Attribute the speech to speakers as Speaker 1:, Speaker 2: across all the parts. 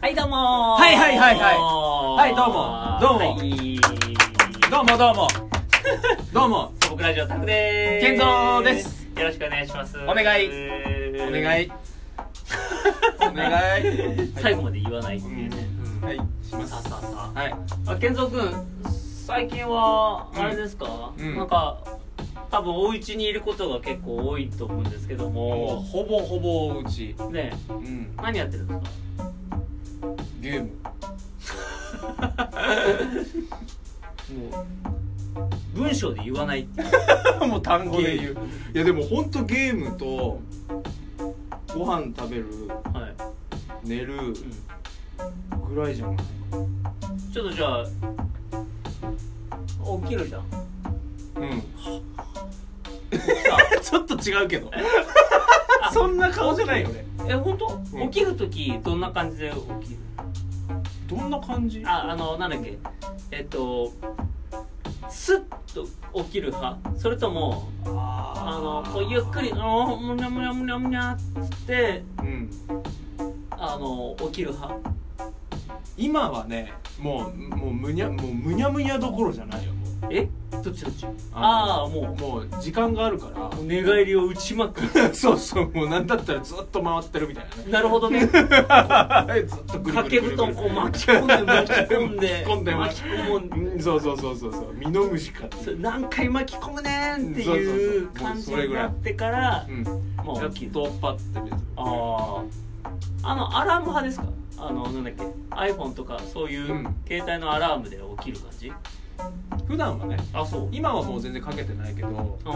Speaker 1: はいどうもー
Speaker 2: はいはいはいはいはいどうもどうも
Speaker 1: はい
Speaker 2: どうもどうもどうも
Speaker 1: 僕ラジオタクでーす
Speaker 2: 健三です
Speaker 1: よろしくお願いしますお
Speaker 2: 願いお願いお願 い
Speaker 1: 最後まで言わないっていうね、
Speaker 2: うんはいしま
Speaker 1: さあ
Speaker 2: す
Speaker 1: さあさ
Speaker 2: はい
Speaker 1: ああ健三君最近はあれですか、
Speaker 2: うんうん
Speaker 1: なんか多分お家にいることが結構多いと思うんですけど
Speaker 2: もう
Speaker 1: も
Speaker 2: ほぼほぼおうち
Speaker 1: ねえ
Speaker 2: うん
Speaker 1: 何やってるん ですか
Speaker 2: ゲーム
Speaker 1: もう文章で言わないっていう
Speaker 2: もう単語で言ういやでもほんとゲームとご飯食べる
Speaker 1: はい、
Speaker 2: 寝る
Speaker 1: う
Speaker 2: ぐらいじゃない
Speaker 1: ん、ちょっとじゃあ起きるじゃん
Speaker 2: うん ちょっと違うけ ど
Speaker 1: あ
Speaker 2: そんな顔じゃないよね
Speaker 1: え本当、
Speaker 2: うん
Speaker 1: 起きる時どんな感じで起きる
Speaker 2: どんな感じ
Speaker 1: ああのなんだっけえっとスッと起きる派それともあの
Speaker 2: あ
Speaker 1: こうゆっくり「あーむにゃむにゃむにゃむにゃ」っつって
Speaker 2: うん
Speaker 1: あの起きる派
Speaker 2: 今はねもうもうむにゃもうむにゃむにゃどころじゃないよもう
Speaker 1: えどっちどっちあ
Speaker 2: あ
Speaker 1: あーも
Speaker 2: もう時間があるか
Speaker 1: う寝返りを打ちまくる
Speaker 2: ら そうそうもうなんだったらずっと回ってるみたい
Speaker 1: なるほどね
Speaker 2: なねずっとぐる
Speaker 1: 掛
Speaker 2: ぐ
Speaker 1: け
Speaker 2: るぐ
Speaker 1: 布
Speaker 2: るぐ
Speaker 1: 団
Speaker 2: る
Speaker 1: こう巻き込んで巻き込んで
Speaker 2: 巻き込んで
Speaker 1: 巻き込む
Speaker 2: うんそうそうそうそうそうミノムシかって
Speaker 1: そ
Speaker 2: いう
Speaker 1: れ何回巻き込むねーって
Speaker 2: そう
Speaker 1: い
Speaker 2: そう
Speaker 1: う
Speaker 2: そうもう
Speaker 1: 感じ
Speaker 2: それ
Speaker 1: に
Speaker 2: ぐらい
Speaker 1: なってから
Speaker 2: うん
Speaker 1: も
Speaker 2: や
Speaker 1: う
Speaker 2: っ
Speaker 1: 起きる
Speaker 2: とパッて出てる
Speaker 1: あああのアラーム派ですかあのなんだっけ iPhone とかそういう
Speaker 2: うん
Speaker 1: 携帯のアラームで起きる感じ、
Speaker 2: 普段はね
Speaker 1: あそう
Speaker 2: 今はもう全然かけてないけど
Speaker 1: うん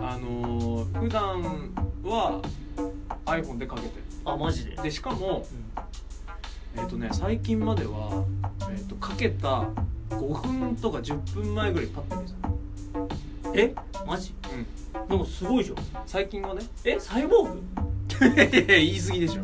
Speaker 2: あのー、普段は iPhone でかけてる
Speaker 1: あマジで、
Speaker 2: でしかもえっ、とね最近までは、えっとかけた5分とか10分前ぐらいにパッて
Speaker 1: う
Speaker 2: 見て
Speaker 1: んえマジ
Speaker 2: た、うん、
Speaker 1: でもすごいじゃん
Speaker 2: 最近はね
Speaker 1: えサイボーグ
Speaker 2: いやいや言い過ぎでしょ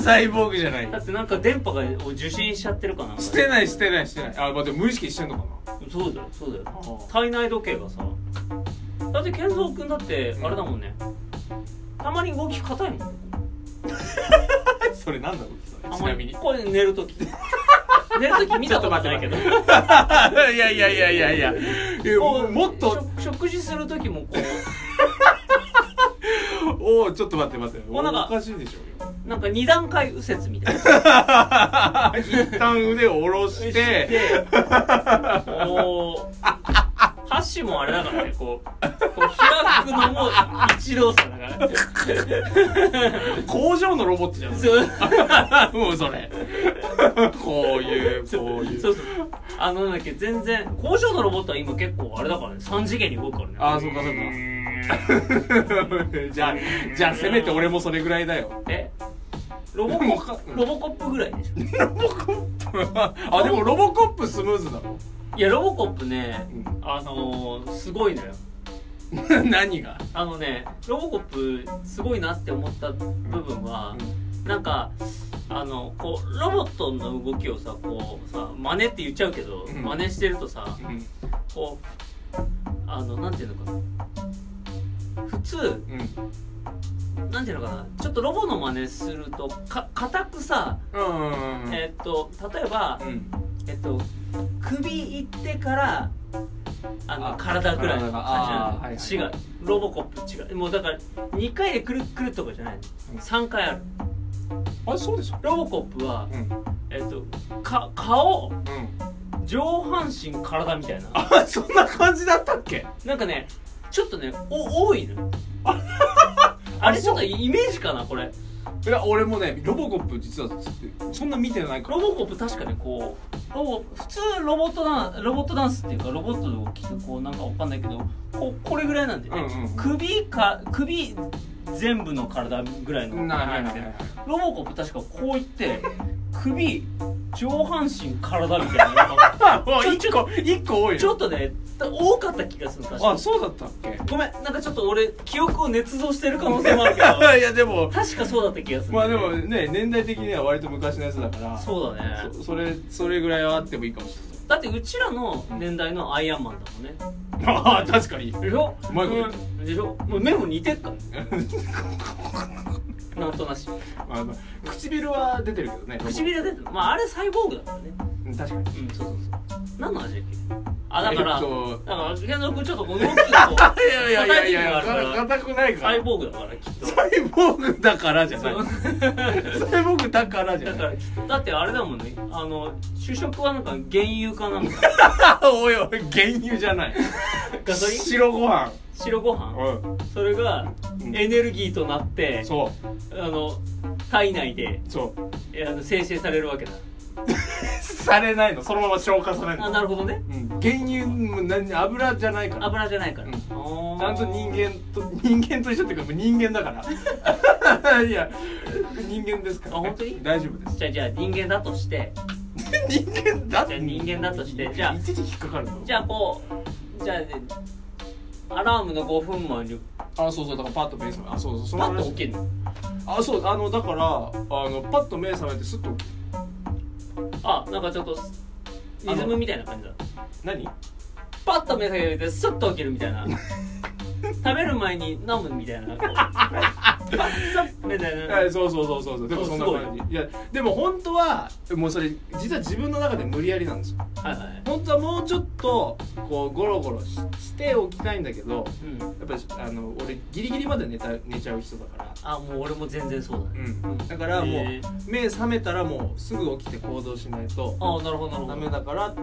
Speaker 2: サイボーグじゃない
Speaker 1: だってなんか電波が受信しちゃってるかなんか
Speaker 2: してないしてないしてないあまあでも無意識にしてんのかな
Speaker 1: そうだよそうだよ
Speaker 2: あ
Speaker 1: 体内時計がさだって健三君だってあれだもんね、たまに動き硬いもん
Speaker 2: あそれなんだろう
Speaker 1: あ
Speaker 2: ち
Speaker 1: んま
Speaker 2: な
Speaker 1: り
Speaker 2: みにい
Speaker 1: これ寝る 時寝る時見たことないけど
Speaker 2: やいやいやいやいやいや
Speaker 1: こう
Speaker 2: もっと
Speaker 1: 食食事する時もこう
Speaker 2: おおちょっと待って待って
Speaker 1: もうなんか
Speaker 2: おかしいでしょうよ
Speaker 1: なんか二段階右折みたいな
Speaker 2: 一旦腕を下ろして
Speaker 1: こう箸もあれだからねこうこう開くのも一動作だから
Speaker 2: 工場のロボットじゃん
Speaker 1: そう
Speaker 2: もうそれこういうこういう
Speaker 1: そうそうあのなんだっけ全然工場のロボットは今結構あれだからね3次元に動くからね
Speaker 2: あーそうかそうか じゃあじゃあせめて俺もそれぐらいだ よ
Speaker 1: えロボコップロボコップぐらいでしょ
Speaker 2: ロボコップあでもロボコップスムーズだろ
Speaker 1: いやロボコップね
Speaker 2: うん
Speaker 1: あのー、すごいのよ
Speaker 2: 何が、
Speaker 1: あのねロボコップすごいなって思った部分は、なんかあのこうロボットの動きをさこうさ真似って言っちゃうけど、
Speaker 2: うん
Speaker 1: 真似してるとさ
Speaker 2: うん
Speaker 1: こうあのなんていうのかな普通
Speaker 2: うん
Speaker 1: なんていうのかなちょっとロボの真似するとか硬くさ、
Speaker 2: うんうんうん
Speaker 1: えっと例えば、
Speaker 2: うん
Speaker 1: えっと首いってからあの
Speaker 2: あ
Speaker 1: 体ぐらいの
Speaker 2: 体があー
Speaker 1: 感じ
Speaker 2: はい
Speaker 1: な
Speaker 2: は
Speaker 1: の
Speaker 2: い
Speaker 1: 違うロボコップ違うもうだから2回でくるくるとかじゃない
Speaker 2: うん
Speaker 1: の3回ある
Speaker 2: あれそうでしょ
Speaker 1: ロボコップは、
Speaker 2: うんうん
Speaker 1: えっとか顔上半身体みたいな
Speaker 2: あそんな感じだったっけ
Speaker 1: なんかねちょっとねお多いのあれちょっとイメージかなこれ
Speaker 2: いや俺もねロボコップ実はそんな見てないから
Speaker 1: ロボコップ確かにこうロボ普通ロボットダンロボットダンスっていうかロボットの動きってこうなんかわかんないけどこうこれぐらいなんでね、
Speaker 2: うんうんうん
Speaker 1: 首か首全部の体ぐらいの
Speaker 2: ないはいはいはい
Speaker 1: ロボコップ確かこういって首上半身体みたいななんか
Speaker 2: あもう一個一個多い
Speaker 1: ちょ
Speaker 2: の
Speaker 1: っとねだ多かった気がする確か
Speaker 2: あそうだったっけ
Speaker 1: ごめんなんかちょっと俺記憶を捏造してる可能性もある けど
Speaker 2: いやでも
Speaker 1: 確かそうだった気がする
Speaker 2: まあでもね年代的には割と昔のやつだから
Speaker 1: そうだね
Speaker 2: そそれそれぐらいはあってもいいかもし
Speaker 1: だってうちらの年代のアイアンマンだもんね
Speaker 2: れないああ確かに
Speaker 1: でしょ
Speaker 2: うまいこと言っ
Speaker 1: うんでしょもう目も似てっからなんとなし
Speaker 2: まあまあ唇は出てるけどね
Speaker 1: 唇が出てるまああれサイボーグだからね
Speaker 2: うん確かに
Speaker 1: うんそうそうそう何の味だっけあだから、
Speaker 2: えっと
Speaker 1: だから玄三君ちょっとこの動きを
Speaker 2: いやいやいや
Speaker 1: 硬い時
Speaker 2: いや
Speaker 1: があるから
Speaker 2: 硬くないから
Speaker 1: サイボーグだからきっと
Speaker 2: サイボーグだからじゃない
Speaker 1: そう
Speaker 2: サイボーグだからじゃ
Speaker 1: だか
Speaker 2: な
Speaker 1: ら
Speaker 2: い
Speaker 1: きっとだってあれだもんねあの主食はなんか原油かなんか
Speaker 2: おいおい原油じゃない
Speaker 1: ガソリン
Speaker 2: 白ご飯
Speaker 1: 白ご飯
Speaker 2: う
Speaker 1: それが
Speaker 2: うん
Speaker 1: エネルギーとなって
Speaker 2: んそ
Speaker 1: あの体内で
Speaker 2: うそう
Speaker 1: えあの生成されるわけだ
Speaker 2: されないのそのまま消化され
Speaker 1: あ
Speaker 2: ない
Speaker 1: なるほどね
Speaker 2: うん原油も何油じゃないから
Speaker 1: 油じゃないから、
Speaker 2: うん
Speaker 1: あー
Speaker 2: ちゃんと人間と人間と一緒っていうか人間だから いや人間ですから、
Speaker 1: あ本当に
Speaker 2: 大丈夫 です
Speaker 1: じゃあじゃあ人間だとして
Speaker 2: 人間だっ
Speaker 1: じゃあ人間だとしてじゃあ
Speaker 2: 一時引っかかるの
Speaker 1: じゃあこうじゃあ、ね、アラームの5分前に
Speaker 2: あそうそうだからパッと目覚めあそうそうその
Speaker 1: パッと
Speaker 2: 話
Speaker 1: 起きるの
Speaker 2: あそうあのだからあのパッと目覚めてスッと起きる
Speaker 1: あなんかちょっとリズムみたいな感じだ
Speaker 2: 何
Speaker 1: パッと目が覚めてスッと起きるみたい な食べる前に飲むみたいなこうパッサッみたいな
Speaker 2: えそうそうそうそうそうでもそんな
Speaker 1: そう
Speaker 2: 感じいやでも本当はもうそれ実は自分の中で無理やりなんですよ
Speaker 1: はいはい
Speaker 2: 本当はもうちょっとこうゴロゴロししておきたいんだけど
Speaker 1: うん
Speaker 2: やっぱりあの俺ギリギリまで寝た寝ちゃう人だから
Speaker 1: あもう俺も全然そうだね
Speaker 2: うん、だからもう
Speaker 1: へー
Speaker 2: 目覚めたらもうすぐ起きて行動しないと
Speaker 1: あなるほどなるほ
Speaker 2: ダ
Speaker 1: ど
Speaker 2: メだからあ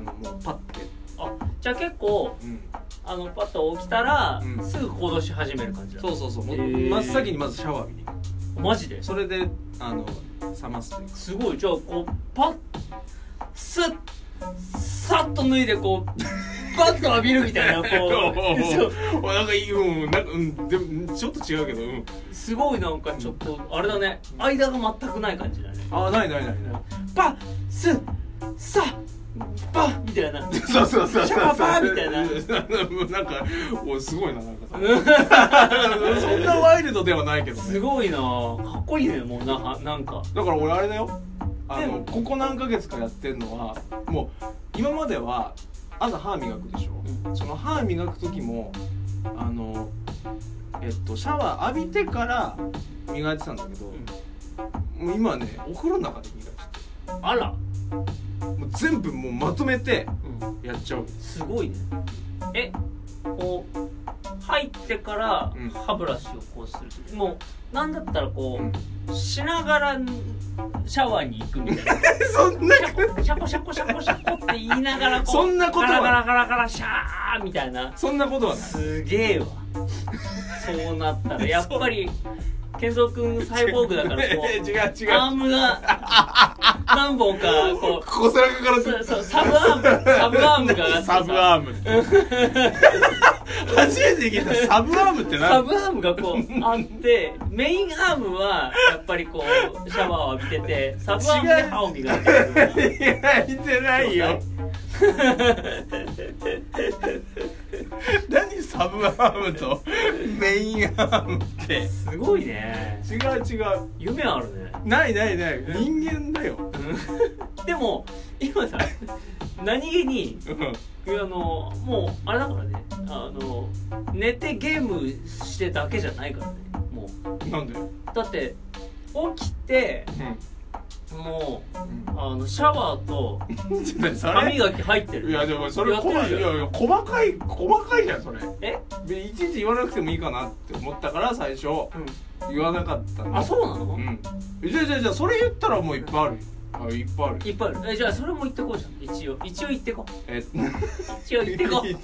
Speaker 2: のもうパッて、
Speaker 1: あじゃあ結構
Speaker 2: うん、
Speaker 1: あのパッと起きたら、
Speaker 2: うん
Speaker 1: すぐ行動し始める感じだ
Speaker 2: そうそうそうもう
Speaker 1: へー
Speaker 2: 真っ先にまずシャワー浴びに行く
Speaker 1: マジで
Speaker 2: それであの冷ますというか
Speaker 1: すごいじゃあこうパッスッサッと脱いでこ うバッと浴びるみたいなこう そう
Speaker 2: おなんかいいうんなんかうんでもちょっと違うけどうん
Speaker 1: すごいなんかちょっとあれだね間が全くない感じだね
Speaker 2: あないないないない
Speaker 1: パッスッサッパッみたいな
Speaker 2: そうそうそうそう
Speaker 1: シャワーパーみたいな
Speaker 2: ななんか おすごいななん かさそんなワイルドではないけど
Speaker 1: すごいなかっこいいねもうななんか
Speaker 2: だから俺あれだよあ
Speaker 1: で
Speaker 2: の
Speaker 1: も
Speaker 2: ここ何ヶ月かやってんのはもう今までは朝歯磨くでしょ、その歯磨く時もあのえっとシャワー浴びてから磨いてたんだけど、もう今はねお風呂の中で磨いて
Speaker 1: あら、
Speaker 2: てもう全部もうまとめてやっちゃう
Speaker 1: すごいねえこう入ってから
Speaker 2: うん
Speaker 1: 歯ブラシをこうする時もうなんだったらこ
Speaker 2: うん
Speaker 1: う、しながらシャワーに行くみたいな
Speaker 2: そんな
Speaker 1: シャコシャコシャコシャコシャコって言いながらこう
Speaker 2: そんなことは
Speaker 1: ガラガラガラガラシャーみたいな
Speaker 2: そんなことはない
Speaker 1: すげえわそうなったらやっぱり健三君サイボーグだから こ
Speaker 2: 違う
Speaker 1: う
Speaker 2: 違
Speaker 1: アー
Speaker 2: う
Speaker 1: ムが何本かこう
Speaker 2: こう背中から
Speaker 1: そうそうサブアームサブアームがあってさ
Speaker 2: サブアーム初めて聞いたサブアームって何
Speaker 1: サブアームがこうあってメインアームはやっぱりこうシャワーを浴びててサブアームで歯を磨いてる
Speaker 2: いや、いてないよ。何サブアームとメインアームって。
Speaker 1: すごいね
Speaker 2: 違う違う。
Speaker 1: 夢あるね
Speaker 2: ないないない。人間だよ。
Speaker 1: うんでも今さ何気にいやあのもうあれだからねあの寝てゲームしてだけじゃないからねもう
Speaker 2: なんだよ。
Speaker 1: だって起きてもうあのシャワーと
Speaker 2: うん。ちょっとねそ
Speaker 1: 歯
Speaker 2: れ。
Speaker 1: 磨き入ってる
Speaker 2: いやでもそれ
Speaker 1: やって
Speaker 2: 細
Speaker 1: るじ
Speaker 2: かい
Speaker 1: ゃん
Speaker 2: いやいや細かい細かいじゃんそれ
Speaker 1: え
Speaker 2: でいちいち言わなくてもいいかなって思ったから最初言わなかった
Speaker 1: うんん
Speaker 2: だ
Speaker 1: あそうなの、
Speaker 2: うんじゃあじゃあじゃあそれ言ったらもういっぱいあるよあいっぱいあるよ
Speaker 1: いっぱいあるえじゃあそれも言ってこうじゃん一応一応言ってこう
Speaker 2: えっと
Speaker 1: 一応言ってこう
Speaker 2: 一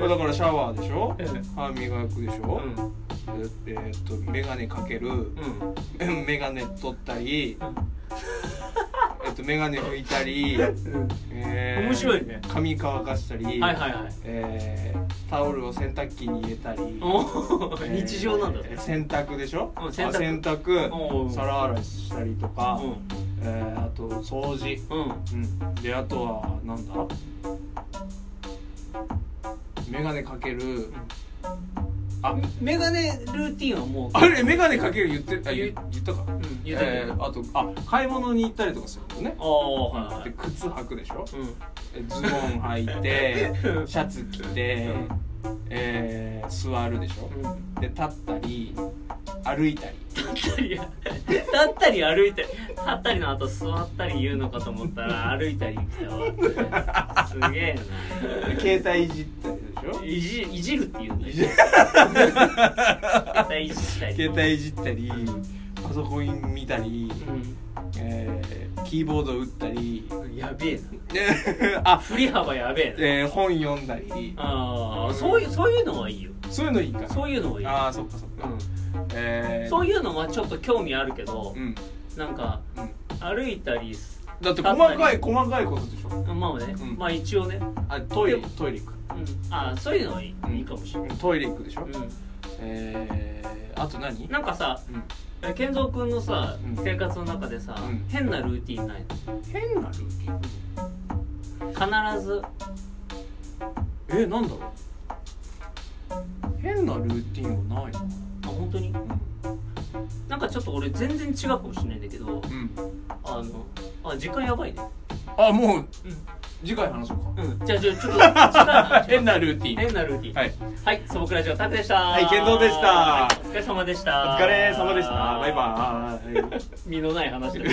Speaker 2: 応だからシャワーでしょ歯磨くでし
Speaker 1: う
Speaker 2: ょ、
Speaker 1: ん
Speaker 2: えーっと眼鏡かける、
Speaker 1: うん
Speaker 2: 眼鏡取ったり、えーっと眼鏡拭いたり、え ー
Speaker 1: 面白いね
Speaker 2: 髪乾かしたり、
Speaker 1: はいはいはい
Speaker 2: えータオルを洗濯機に入れたり、
Speaker 1: お
Speaker 2: え
Speaker 1: ー
Speaker 2: ー
Speaker 1: 日常なんだね
Speaker 2: 洗濯でしょ、
Speaker 1: うん
Speaker 2: あ
Speaker 1: 洗濯
Speaker 2: 洗
Speaker 1: おうおう
Speaker 2: 濯皿洗いしたりと
Speaker 1: う
Speaker 2: か、
Speaker 1: ん
Speaker 2: えーあと掃除、
Speaker 1: うん
Speaker 2: うん、であとはなんだ眼鏡かける
Speaker 1: あ
Speaker 2: あ
Speaker 1: メガネルーティンはもう
Speaker 2: あれ眼鏡かける言ってあ言言ったか
Speaker 1: うん言ってた
Speaker 2: えーあとあ買い物に行ったりとかするのね
Speaker 1: ああはいは
Speaker 2: で
Speaker 1: い
Speaker 2: 靴履くでしょ
Speaker 1: うん
Speaker 2: えズボン履 いてシャツ着て
Speaker 1: うん、
Speaker 2: えー座るでしょ
Speaker 1: うん
Speaker 2: で立ったり歩いたり
Speaker 1: 立ったり立ったり歩いたり立ったりの後座ったり言うのかと思ったら歩いたり来たわすげえ
Speaker 2: で携帯いじったりでしょ
Speaker 1: ないじいじるって言うんだ
Speaker 2: い
Speaker 1: よ
Speaker 2: じ
Speaker 1: 携帯いじったり
Speaker 2: 携帯いじったりパソコン見たり、えーキーボード打ったり
Speaker 1: うんやべえな
Speaker 2: で あ、
Speaker 1: 振り幅やべえな
Speaker 2: えー本読んだり
Speaker 1: ああそういうそういうのはいいよ
Speaker 2: そういうのいいか
Speaker 1: そういうのはいいよ
Speaker 2: ああそっかそっか、えー、
Speaker 1: そういうのはちょっと興味あるけど
Speaker 2: うん、うん、
Speaker 1: なんか歩いたりす
Speaker 2: だって細かい細かいことでしょ
Speaker 1: まあね、
Speaker 2: うん
Speaker 1: まあ一応ね、
Speaker 2: あトイレトイレ行く
Speaker 1: うん、あそういうのはいい,、
Speaker 2: うん
Speaker 1: いいかもしれない、
Speaker 2: トイレ行くでしょ、
Speaker 1: う
Speaker 2: えー、あと何
Speaker 1: ん、なんかさ
Speaker 2: うん
Speaker 1: 健三君のさ、
Speaker 2: うん
Speaker 1: 生活の中でさ、
Speaker 2: うん
Speaker 1: 変なルーティンない
Speaker 2: 変なルーティン
Speaker 1: の必ず
Speaker 2: えー、なんだろう変なルーティンはないな
Speaker 1: あ本当になんかちょっと俺全然違うかもしれないんだけど
Speaker 2: うん、
Speaker 1: あのあ時間やばいね
Speaker 2: あもう
Speaker 1: う
Speaker 2: 次回話そうか
Speaker 1: ん、うん、じゃあじゃあちょっと時間話します
Speaker 2: 変なルーティン
Speaker 1: 変なルーティン
Speaker 2: はい
Speaker 1: はい、素朴ラジオタクでした
Speaker 2: はい健三でした
Speaker 1: お疲れ様でした
Speaker 2: お疲れ様でしたバイバーイ
Speaker 1: 身のない話だ